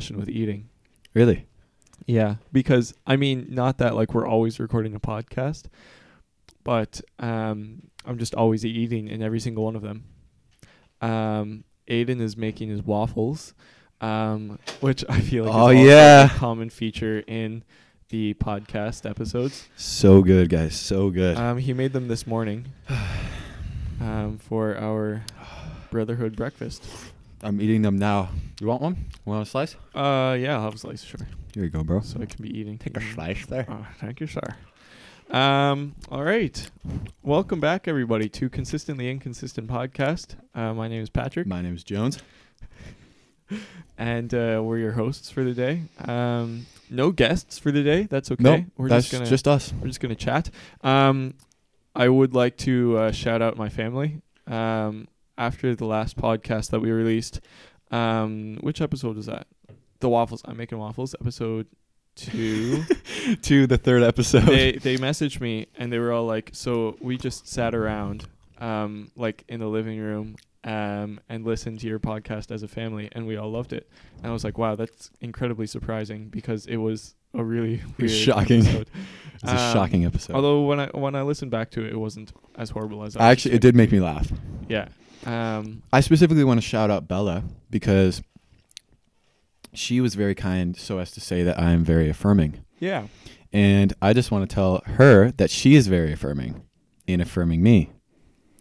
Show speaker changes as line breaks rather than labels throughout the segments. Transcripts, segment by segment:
obsession with eating.
Really?
Yeah, because I mean, not that like we're always recording a podcast, but um, I'm just always eating in every single one of them. Um, Aiden is making his waffles, um, which I feel like
Oh,
is also
yeah.
a common feature in the podcast episodes.
So good, guys. So good.
Um, he made them this morning um, for our brotherhood breakfast.
I'm eating them now. You want one? Want a slice?
Uh, yeah, I'll have a slice, sure,
Here you go, bro.
so I can be eating. Mm.
slice there.
Oh, thank you, sir. Um, all right. Welcome back, everybody, to Consistently Inconsistent Podcast. Uh, my name is Patrick,
My name's Jones.
and uh, we're your hosts for the day. Um, no guests for the day. That's okay.
Nope,
we're
that's
just gonna
just us.
we're just gonna chat. Um, I would like to uh, shout out my family. Um, after the last podcast that we released, um, which episode was that? The waffles. I'm making waffles. Episode two.
to the third episode.
they they messaged me and they were all like, so we just sat around, um, like in the living room, um, and listened to your podcast as a family, and we all loved it. And I was like, wow, that's incredibly surprising because it was a really weird
Shocking.
episode.
it's a
um,
shocking episode.
Although when I when I listened back to it, it wasn't as horrible as I
actually, it did make me laugh.
Yeah. Um.
I specifically want to shout out Bella because she was very kind, so as to say that I am very affirming.
Yeah.
And I just want to tell her that she is very affirming in affirming me.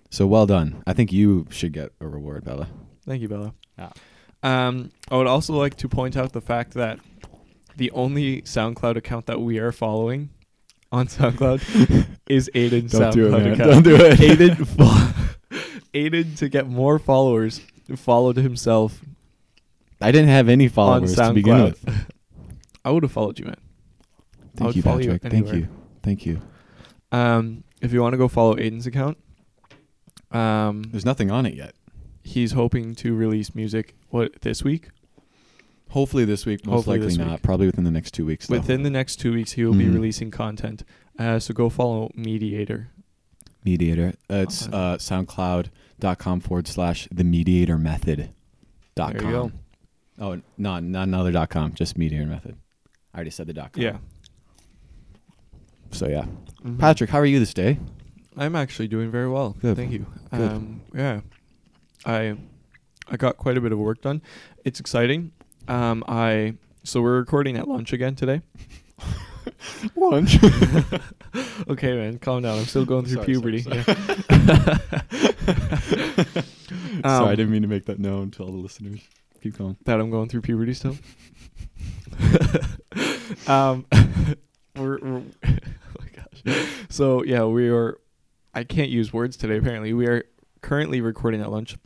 So well done. I think you should get a reward, Bella.
Thank you, Bella.
Yeah.
Um, I would also like to point out the fact that the only SoundCloud account that we are following on SoundCloud is Aiden's SoundCloud
Don't do it, man.
account.
Don't do it.
Aiden, fo- Aiden to get more followers, followed himself
I didn't have any followers
on SoundCloud.
to begin with.
I would have followed you, man. I
Thank
would
you,
follow you
Patrick. Thank
anywhere.
you. Thank you.
Um, if you want to go follow Aiden's account, um,
There's nothing on it yet.
he's hoping to release music what this week.
Hopefully this week, most
Hopefully
likely
this
not.
week.
Probably within the next two weeks. Though.
Within the next two weeks, he will be
Mhm.
releasing content. Uh, so go follow Mediator.
Mediator. Uh, it's
Okay.
uh, soundcloud.com forward slash the mediator method dot
There
com.
you go.
Oh, not, not another dot com, just mediator method. I already said the dot com.
Yeah.
So, yeah. Patrick, how are you this day?
I'm actually doing very well.
Good.
Thank you.
Good.
Um, yeah, I I got quite a bit of work done. It's exciting. Um, I so we're recording at lunch again today.
Lunch.
Okay, man, calm down. I'm still going through
Sorry, sorry,
puberty. Yeah.
Sorry, I
Um,
didn't mean to make that known to all the listeners. Keep going.
that I'm going through puberty still. um, we're, we're oh my gosh. So yeah, we are. I can't use words today. Apparently, we are currently recording at lunch.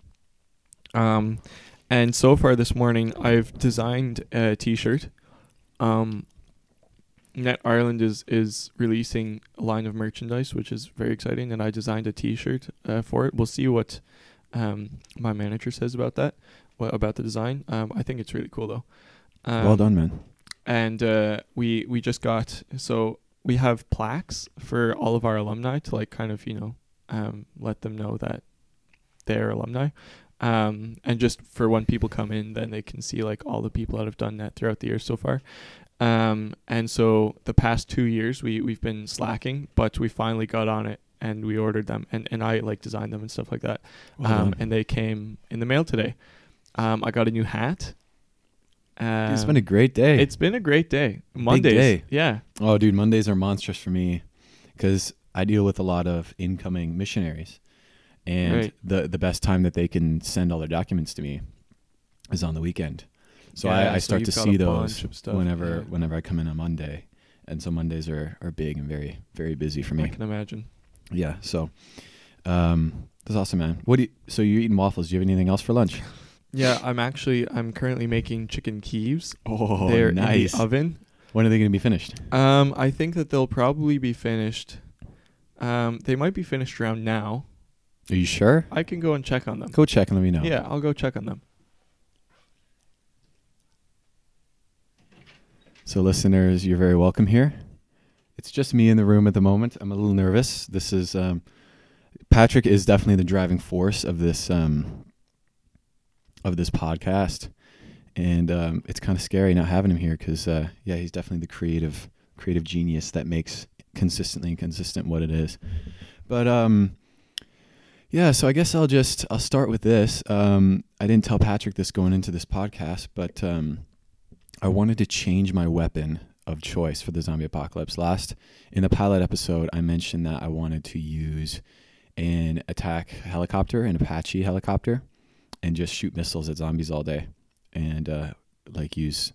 Um, and so far this morning, I've designed a T-shirt. Um, Net Ireland is is releasing a line of merchandise, which is very exciting, and I designed a T-shirt uh, for it. We'll see what um, my manager says about that wha- about the design. Um, I think it's really cool though. Um,
well done, man.
And uh, we we just got so we have plaques for all of our alumni to like kind of you know um, let them know that they're alumni. Um, and just for when people come in, then they can see like all the people that have done that throughout the year so far. Um, and so the past two years we we've been slacking, but we finally got on it and we ordered them and, and I like designed them and stuff like that
Well
um,
done.
and they came in the mail today. Um, I got a new hat. Um,
it's been a great day.
it's been a great day. Mondays,
day.
yeah,
Oh, dude, Mondays are monstrous for me because I deal with a lot of incoming missionaries, and
Right.
the the best time that they can send all their documents to me is on the weekend. So
Yeah,
I, I
so
start
you've
to
got
see
a bunch
those
of stuff,
whenever
yeah.
whenever I come in on Monday, and so Mondays are are big and very very busy for
I
me.
can imagine.
Yeah. So, um, that's awesome, man. What do you? So you're eating waffles? Do you have anything else for lunch?
Yeah, I'm actually I'm currently making chicken keeves.
Oh,
They're
nice.
in the oven.
When are they going to be finished?
Um, I think that they'll probably be finished. Um, they might be finished around now.
Are you sure?
I can go and check on them.
Go check and let me know.
Yeah, I'll go check on them.
So, listeners, you're very welcome here. It's just me in the room at the moment. I'm a little nervous. This is um, Patrick is definitely the driving force of this um, of this podcast, and um, it's kind of scary not having him here because uh, yeah, he's definitely the creative creative genius that makes consistently and consistent what it is. But um, yeah, so I guess I'll just I'll start with this. Um, I didn't tell Patrick this going into this podcast, but um, I wanted to change my weapon of choice for the zombie apocalypse. Last in the pilot episode, I mentioned that I wanted to use an attack helicopter, an Apache helicopter, and just shoot missiles at zombies all day, and uh, like use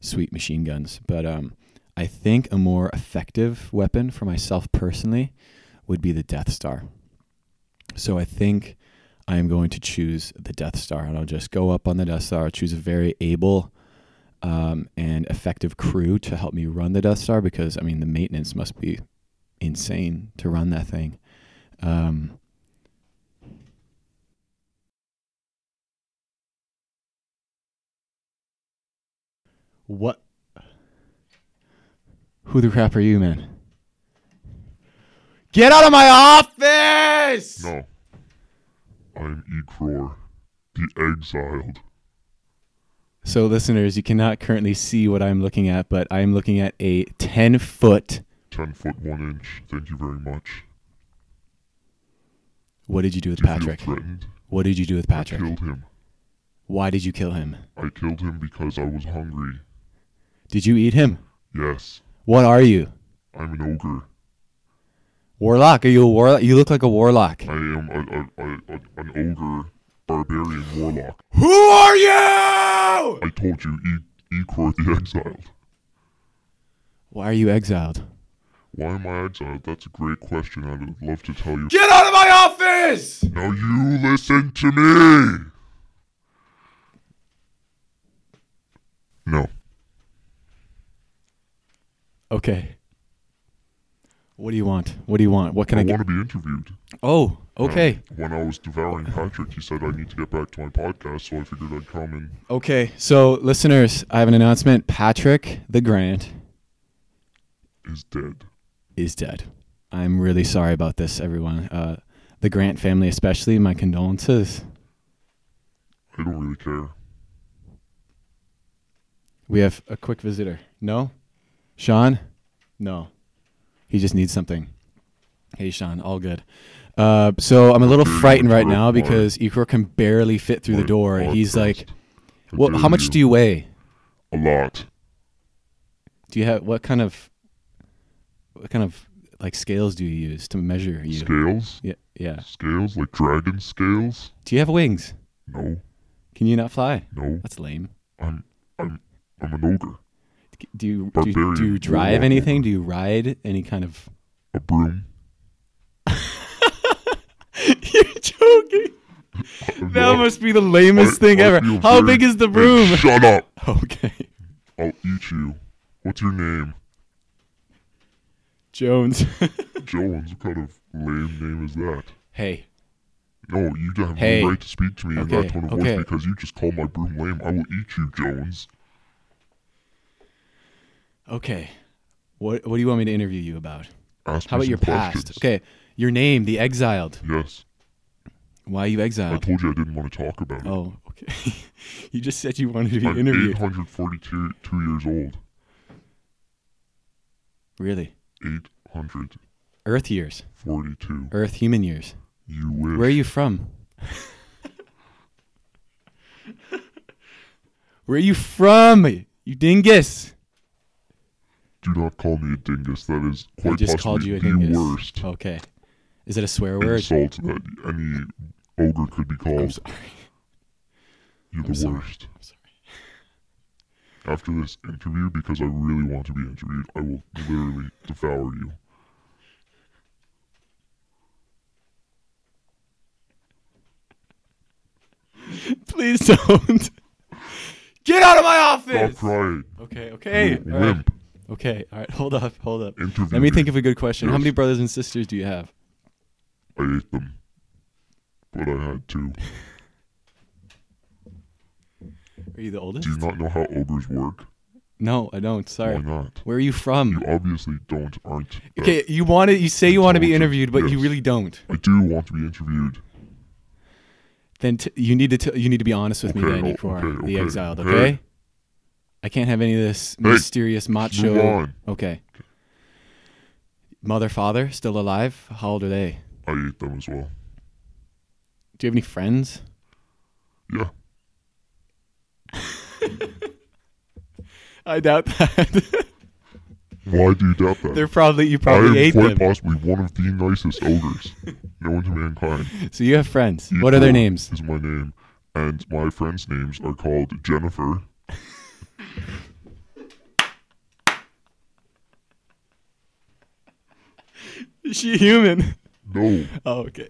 sweet machine guns. But um, I think a more effective weapon for myself personally would be the Death Star. So I think I am going to choose the Death Star, and I'll just go up on the Death Star, choose a very able um, and effective crew to help me run the Death Star because I mean the maintenance must be insane to run that thing. Um, what? Who the crap are you, man? Get out of my office!
No. I'm Ecror, the exiled.
So, listeners, you cannot currently see what I'm looking at, but I'm looking at a 10 foot.
10 foot 1 inch. Thank you very much.
What did you do with
Do you
Patrick?
feel threatened?
What did you do with
I
Patrick?
killed him.
Why did you kill him?
I killed him because I was hungry.
Did you eat him?
Yes,
What are you?
I'm an ogre.
Warlock? Are you a warlock? You look like a warlock.
I am a, a, a, a, an ogre barbarian warlock.
Who are you?
I told you, e- Ecror, the exiled.
Why are you exiled?
Why am I exiled? That's a great question. I would love to tell you.
Get out of my office!
Now you listen to me! No.
Okay. What do you want? What do you want? What can I,
I
get?
want to be interviewed. Um,
Oh, okay.
When I was devouring Patrick, he said I need to get back to my podcast, so I figured I'd come and
Okay. So, listeners, I have an announcement. Patrick the Grant
is dead.
is dead. I'm really sorry about this, everyone. Uh, the Grant family, especially, my condolences.
I don't really care.
We have a quick visitor. No? Sean? No. He just needs something. Hey, Sean, all good. Uh, so I'm a little frightened right now because Ikor can barely fit through the
My
door. He's
podcast.
like,
How
well,
dare
how much do you weigh?
A lot.
Do you have what kind of, what kind of like scales do you use to measure you?
Scales?
Yeah, yeah.
Scales? Like dragon scales?
Do you have wings?
No,
Can you not fly?
no.
That's lame.
I'm, I'm, I'm an ogre.
Do you do you,
Barbarian.
do you drive anything? Do you ride any kind of?
A broom.
You're joking. That must be the lamest thing ever. How big is the room?
Shut up!
Okay,
I'll eat you. What's your name?
Jones.
Jones. What kind of lame name is that?
hey,
No, you don't have
Hey.
no right to speak to me in
Okay,
that tone of
okay.
voice because you just called my broom lame. I will eat you, Jones.
okay. What what do you want me to interview you about?
Ask
How
me
about
some
your past?
questions.
Okay, your name, the exiled.
Yes.
Why are you
I
exiled?
told you I didn't want to talk about it.
Uh, Oh, okay. you just said you wanted to be
I'm
interviewed.
842 two years old.
Really?
842.
Earth years, Earth human years.
You wish.
Where are you from? Where are you from? You dingus.
Do not call me a dingus. That is quite
I just
possibly
called you a
the
dingus.
worst
Okay. Is it a swear word?
insult that any ogre could be called.
I'm sorry.
You're
I'm
the
sorry.
worst.
I'm sorry.
After this interview, because I really want to be interviewed, I will literally devour you.
Please don't. Get out of my
Stop
office.
crying.
Okay, okay.
you
all right.
wimp.
Okay, all right. Hold up, hold up.
Interview
Let me think of a good question. How
Yes.
many brothers and sisters do you have?
I ate them. But I had to.
Are you the oldest?
Do you not know how ogres work?
No, I don't. Sorry.
Why not?
Where are you
You
from?
obviously don't, aren't. that-
Okay, you want to you say you want to be
Intelligent,
interviewed, but you
yes.
really don't.
I do want to be interviewed.
Then t- you need to t- you need to be honest with me,
Okay,
then,
oh,
Ikora,
okay,
the
okay,
exiled.
okay.
Okay. I can't have any of this
Hey,
mysterious
Just move
macho.
on.
Okay. Mother, father, still alive? How old are they?
I ate them as well.
Do you have any friends?
Yeah.
I doubt that.
Why do you doubt that?
They're probably you
I am
probably ate
quite
them.
possibly one of the nicest ogres known to mankind.
So you have friends.
Ikora
What are their names?
Is my name, and my friends' names are called Jennifer.
Is she human?
No,
Oh, okay.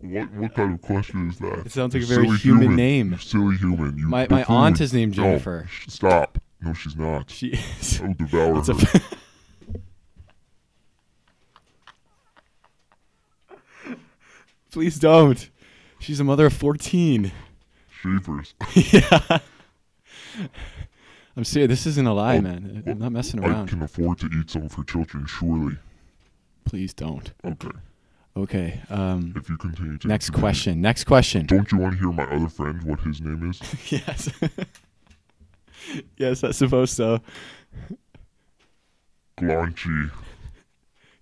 what what kind of question is that?
It sounds
You
like a very
silly
human name.
you Silly human. You
My my
buffoon.
aunt is named
No,
Jennifer.
sh- stop. No, she's not.
She is.
I will devour
It's
her.
a- Please don't. She's a mother of 14.
Shavers.
yeah. I'm serious. This isn't a lie, man. I'm not messing
I
around.
can afford to eat some for children, surely.
Please don't.
Okay.
Okay. Um,
If you continue to
next
introduce-
question. Next question.
Don't you want to hear my other friend what his name is?
yes. yes, I suppose so.
Glaunchy.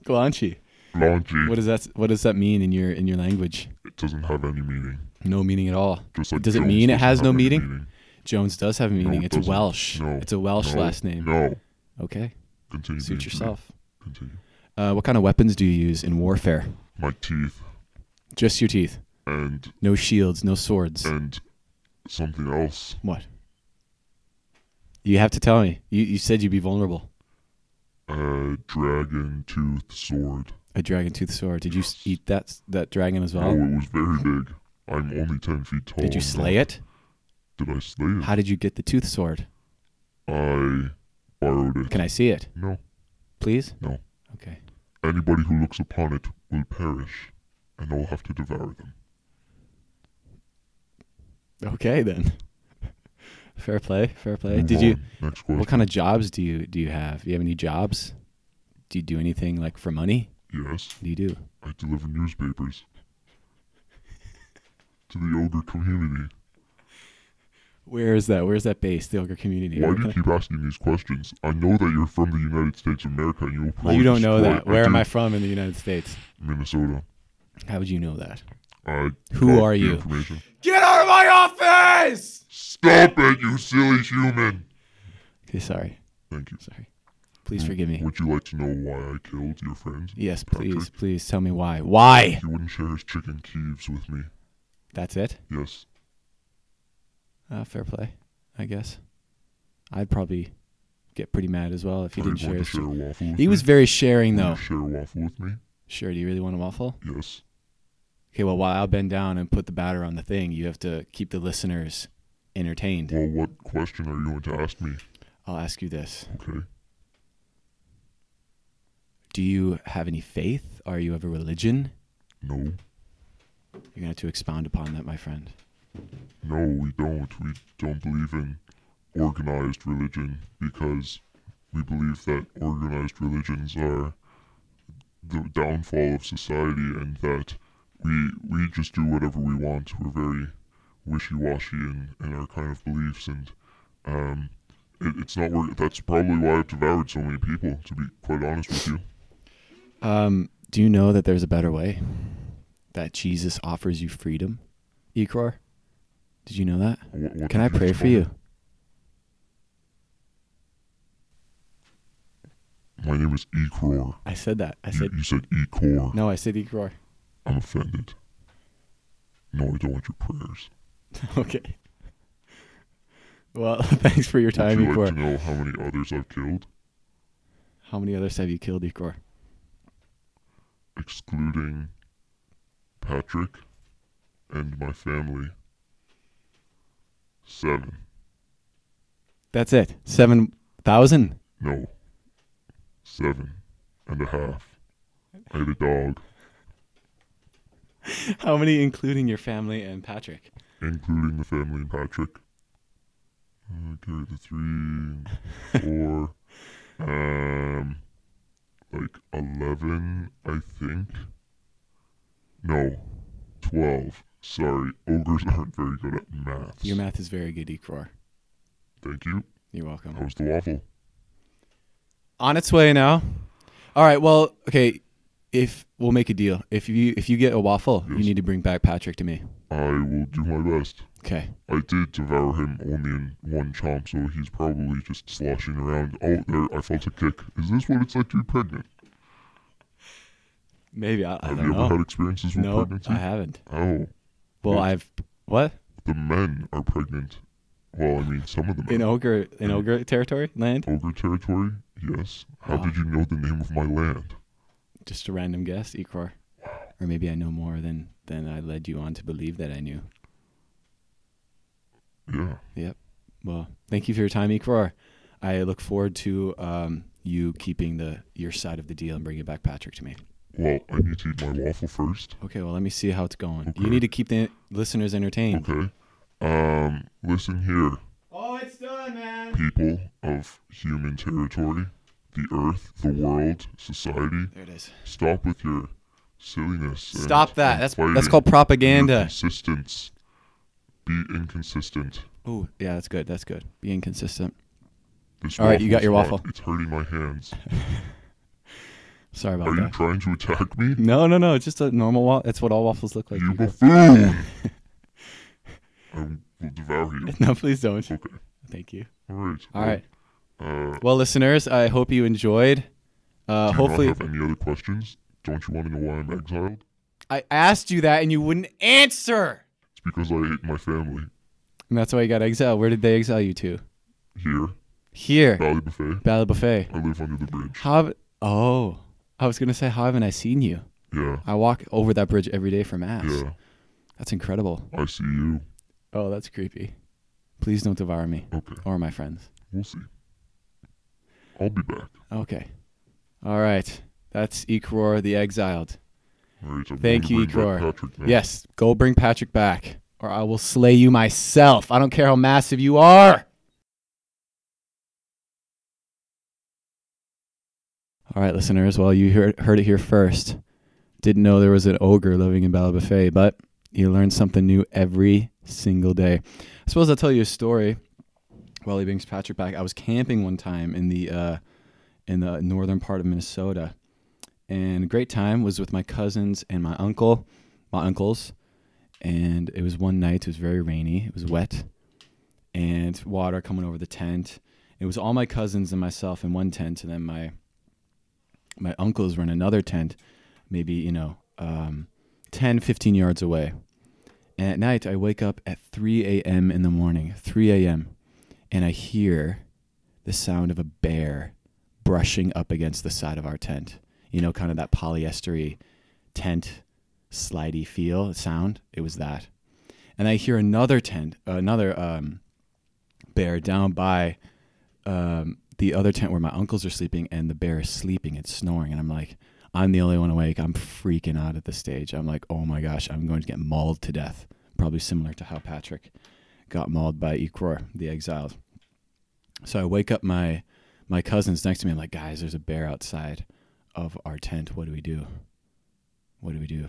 Glanchi.
Glaunchy.
What does that What does that mean in your in your language?
it doesn't have any meaning.
No meaning at all.
Just like
Does it
Jones
mean it
doesn't
has
have
no
any
meaning? Jones does have a
No,
meaning.
it
it's
doesn't.
Welsh.
No,
It's a Welsh
no,
last name.
No. Mm-hmm,
Okay.
Continue. to
Suit
introduce-
yourself.
Continue.
Uh, what kind of weapons do you use in warfare?
My teeth
Just your teeth.
and
No shields, no swords.
and something else.
What? You have to tell me. You, you said you'd be vulnerable.
A dragon tooth sword.
A dragon tooth sword. Did you s- eat that s- that dragon as
Oh,
well?
it was very big. I'm only ten feet tall.
Did you slay it?
Did I slay it?
How did you get the tooth sword?
I borrowed it.
Can I see it,
No.
please?
No.
Okay.
Anybody who looks upon it will perish, and I'll have to devour them.
Okay then. fair play. Fair play.
Move
Did you?
on. Next question.
What kind of jobs do you do you have? Do you have any jobs? Do you do anything like for money?
yes,
What do you do?
I deliver newspapers to the ogre community.
Where is that? Where's that base? The Ogre community.
Why
What
do you
kind-
keep asking these questions? I know that you're from the United States of America, and you'll probably
You don't know
destroy
that.
it.
Where am
do.
I from in the United States?
Minnesota.
How would you know that?
I
Who
got
are
the
you?
information.
Get out of my office!
Stop it, you silly human!
Okay, sorry.
Thank you.
Sorry. Please forgive me.
Would you like to know why I killed your friend?
Yes,
Patrick?
please, please tell me why. Why?
He wouldn't share his chicken keeves with me.
That's it.
Yes.
Uh, fair play, I guess. I'd probably get pretty mad as well if he
Are you
didn't share
going
his.
to share a waffle with
He
me?
was very sharing
Will you
though.
Share a waffle with me?
Sure. Do you really want a waffle?
Yes.
Okay. Well, while I'll bend down and put the batter on the thing, you have to keep the listeners entertained.
Well, what question are you going to ask me?
I'll ask you this:
Okay.
Do you have any faith? Are you of a religion?
No.
You're gonna have to expound upon that, my friend.
No, we don't. We don't believe in organized religion because we believe that organized religions are the downfall of society and that we we just do whatever we want. We're very wishy-washy in, in our kind of beliefs and um it, it's not work that's probably why I've devoured so many people, to be quite honest with you.
Um, do you know that there's a better way? That Jesus offers you freedom, Ikror? Did you know that?
What, what
Can I
did
pray
just
for
tell
you?
me? My name is Ekror.
I said that. I
You,
said
you said Ekror.
no. I said Ikror.
I'm offended. No, I don't want your prayers.
okay. Well, thanks for your time,
Would you
Ikror.
like to know how many others I've killed,
How many others have you killed, Ikror?
excluding Patrick and my family? Seven.
That's it. Seven thousand.
No. Seven and a half. I had a dog,
How many, including your family and Patrick?
including the family and Patrick. Uh, carry the three, four, um, like eleven, I think. No, twelve. Sorry, ogres aren't very good at maths.
Your math is very good, Ekror.
Thank you.
You're welcome.
How's the waffle?
on its way now. All right. Well, okay. If we'll make a deal, if you if you get a waffle, you
Yes.
need to bring back Patrick to me.
I will do my best.
Okay.
I did devour him only in one chomp, so he's probably just sloshing around. Oh, there, I felt a kick. Is this what it's like to be pregnant?
Maybe I, I
Have
don't
you ever had
know.
experiences with
No,
pregnancy?
I haven't.
Oh,
Well, I've what
the men are pregnant. Well, I mean, some of them.
in ogre in ogre territory land?
are. Ogre territory? Yes. How
Wow.
did you know the name of my land?
Just a random guess, Ikor. Or maybe I know more than than I led you on to believe that I knew.
Yeah.
Yep. Well, thank you for your time, Ikor. I look forward to um, you keeping the your side of the deal and bringing back Patrick to me.
Well, I need to eat my waffle first.
Okay, well, let me see how it's going. You
Okay.
need to keep the listeners entertained.
Okay. Um, listen here.
Oh, it's done, man.
people of human territory, the earth, the world, society,
There it is.
stop with your silliness. and-
Stop that.
and
That's
fighting.
that's called
Be
propaganda.
Consistent. Be inconsistent.
Ooh, yeah, that's good. That's good. Be inconsistent.
This
All right, you got your
waffle's
waffle.
Not, it's hurting my hands.
Sorry about
Are you
that.
trying to attack me?
No, no, no. It's just a normal waffle. That's what all waffles look like.
you
people.
buffoon! I will devour you.
no, please don't.
Okay.
Thank you.
All right.
All right.
Uh,
Well, listeners, I hope you enjoyed. Uh,
do you
hopefully,
not have any other questions? Don't you want to know why I'm exiled?
I asked you that and you wouldn't answer.
It's because I hate my family.
And that's why you got exiled. Where did they exile you to?
Here,
Here,
Valley Buffet,
Ballad Buffet.
I live under the bridge.
How? Oh, I was gonna say, how haven't I seen you?
Yeah. Ah,
I walk over that bridge every day for mass.
Yeah,
That's incredible.
I see you.
Oh, that's creepy. Please don't devour me
Okay,
or my friends.
we'll see. I'll be back.
Okay. All right. That's Ikror the Exiled.
All right, I'm
Thank
going
you,
to bring back
Igor.
Patrick now.
Yes, go bring Patrick back, or I will slay you myself. I don't care how massive you are. All right, listeners. Well, you heard, heard it here first. Didn't know there was an ogre living in Bala Buffet, but you learn something new every single day. I suppose I'll tell you a story. While he brings Patrick back, I was camping one time in the uh, in the northern part of Minnesota, and a great time was with my cousins and my uncle my uncle's, and it was one night. It was very rainy. It was wet, and water coming over the tent. It was all my cousins and myself in one tent, and then my my uncles were in another tent, maybe you know, um, 10, 15 yards away. And at night, I wake up at 3 a.m. in the morning, 3 a.m., and I hear the sound of a bear brushing up against the side of our tent. You know, kind of that polyestery tent slidey feel sound. It was that, and I hear another tent, another um, bear down by um, the other tent where my uncles are sleeping, and the bear is sleeping. It's snoring, and I'm like, I'm the only one awake. I'm freaking out at the stage. I'm like, oh my gosh, I'm going to get mauled to death. Probably similar to how Patrick got mauled by Ikror, the exiled. So I wake up my my cousins next to me. I'm like, guys, there's a bear outside of our tent. What do we do? What do we do?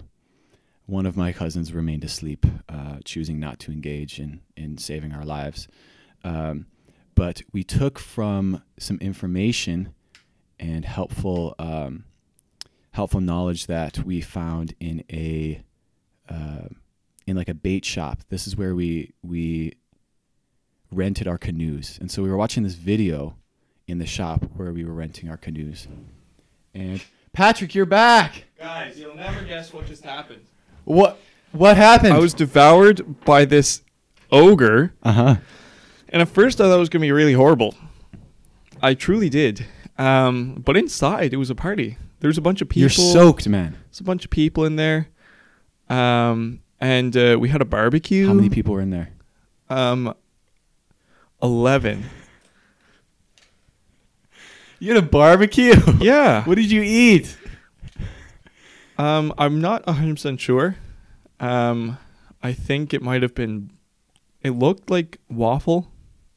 one of my cousins remained asleep, uh, choosing not to engage in, in saving our lives. Um, but we took from some information and helpful um, helpful knowledge that we found in a uh, in like a bait shop. This is where we we rented our canoes, and so we were watching this video in the shop where we were renting our canoes. And Patrick, you're back.
Guys, you'll never guess what just happened.
What what happened?
I was devoured by this ogre,
Uh huh.
and at first I thought it was gonna be really horrible. I truly did. Um, but inside it was a party. There was a bunch of people.
You're soaked, man.
There's a bunch of people in there. Um, and uh, we had a barbecue.
How many people were in there?
Um, eleven.
You had a barbecue.
Yeah.
did you eat?
Um, I'm not 100% sure. Um, I think it might have been. It looked like waffle.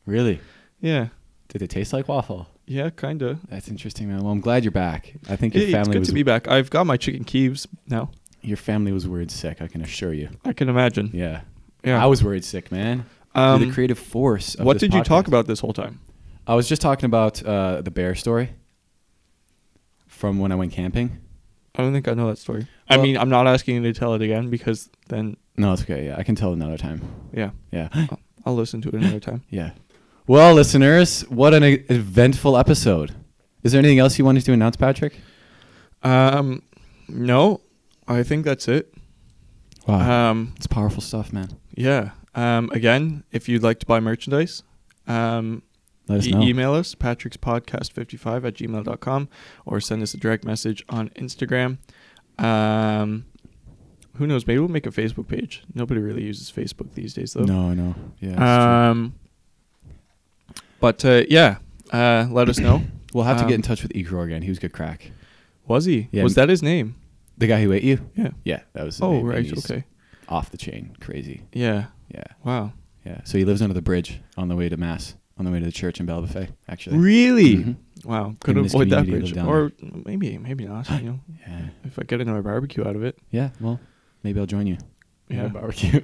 Really?
Yeah.
Did it taste like waffle?
Yeah, kind of.
That's interesting, man. Well, I'm glad you're back. I think your
It's
family
good
was.
to be back. I've got my chicken Kieves now.
your family was worried sick. I can assure you.
I can imagine.
Yeah,
Yeah.
I was worried sick, man. You're
um,
the creative force. Of
what
this
did you
podcast.
talk about this whole time?
I was just talking about uh, the bear story from when I went camping.
I don't think I know that story. I
Well-
mean, I'm not asking you to tell it again because then,
No, it's okay. Yeah, I can tell another time.
yeah,
Yeah.
I'll, I'll listen to it another time.
Yeah. Well, listeners, what an e- eventful episode. Is there anything else you wanted to announce, Patrick?
Um, no, I think that's it.
Wow.
Um,
it's powerful stuff, man.
yeah. Um, again, if you'd like to buy merchandise, um,
Let us
e-
know.
email us patrick's podcast 55 at gmail.com or send us a direct message on instagram um who knows maybe we'll make a facebook page nobody really uses facebook these days though
No, I know. Yeah. it's true.
um but uh yeah uh let us know
we'll have to get
um,
in touch with Igor again. He was good crack.
was he
Yeah.
was that his name
The guy who ate you?
yeah
Yeah, that was. his
oh
name, and
right
he's
okay
Off the chain, crazy.
yeah
Yeah,
wow
yeah. So he lives under the bridge on the way to mass, on the way to the church in Belbuffet, actually.
really
Mhm.
wow could
Him and his
avoid that
community live
bridge
down
or maybe maybe not you know
Yeah.
if i get another barbecue out of it
Yeah. Well, maybe I'll join you.
yeah
Barbecue.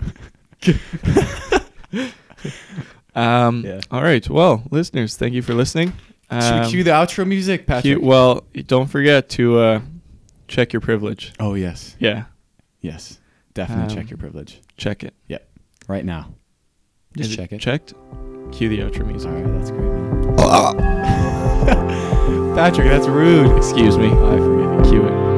Um,
Yeah.
All right. Well, listeners, thank you for listening.
Should
Um,
we cue the outro music, Patrick?
cue- well, don't forget to uh, check your privilege.
oh yes,
Yeah,
yes. Definitely
Um,
check your privilege
check it.
right now. Just
Is
check it.
Checked. Cue the outro music.
All right, that's great. Man. Patrick, that's rude.
Excuse me.
I forget.
Cue it.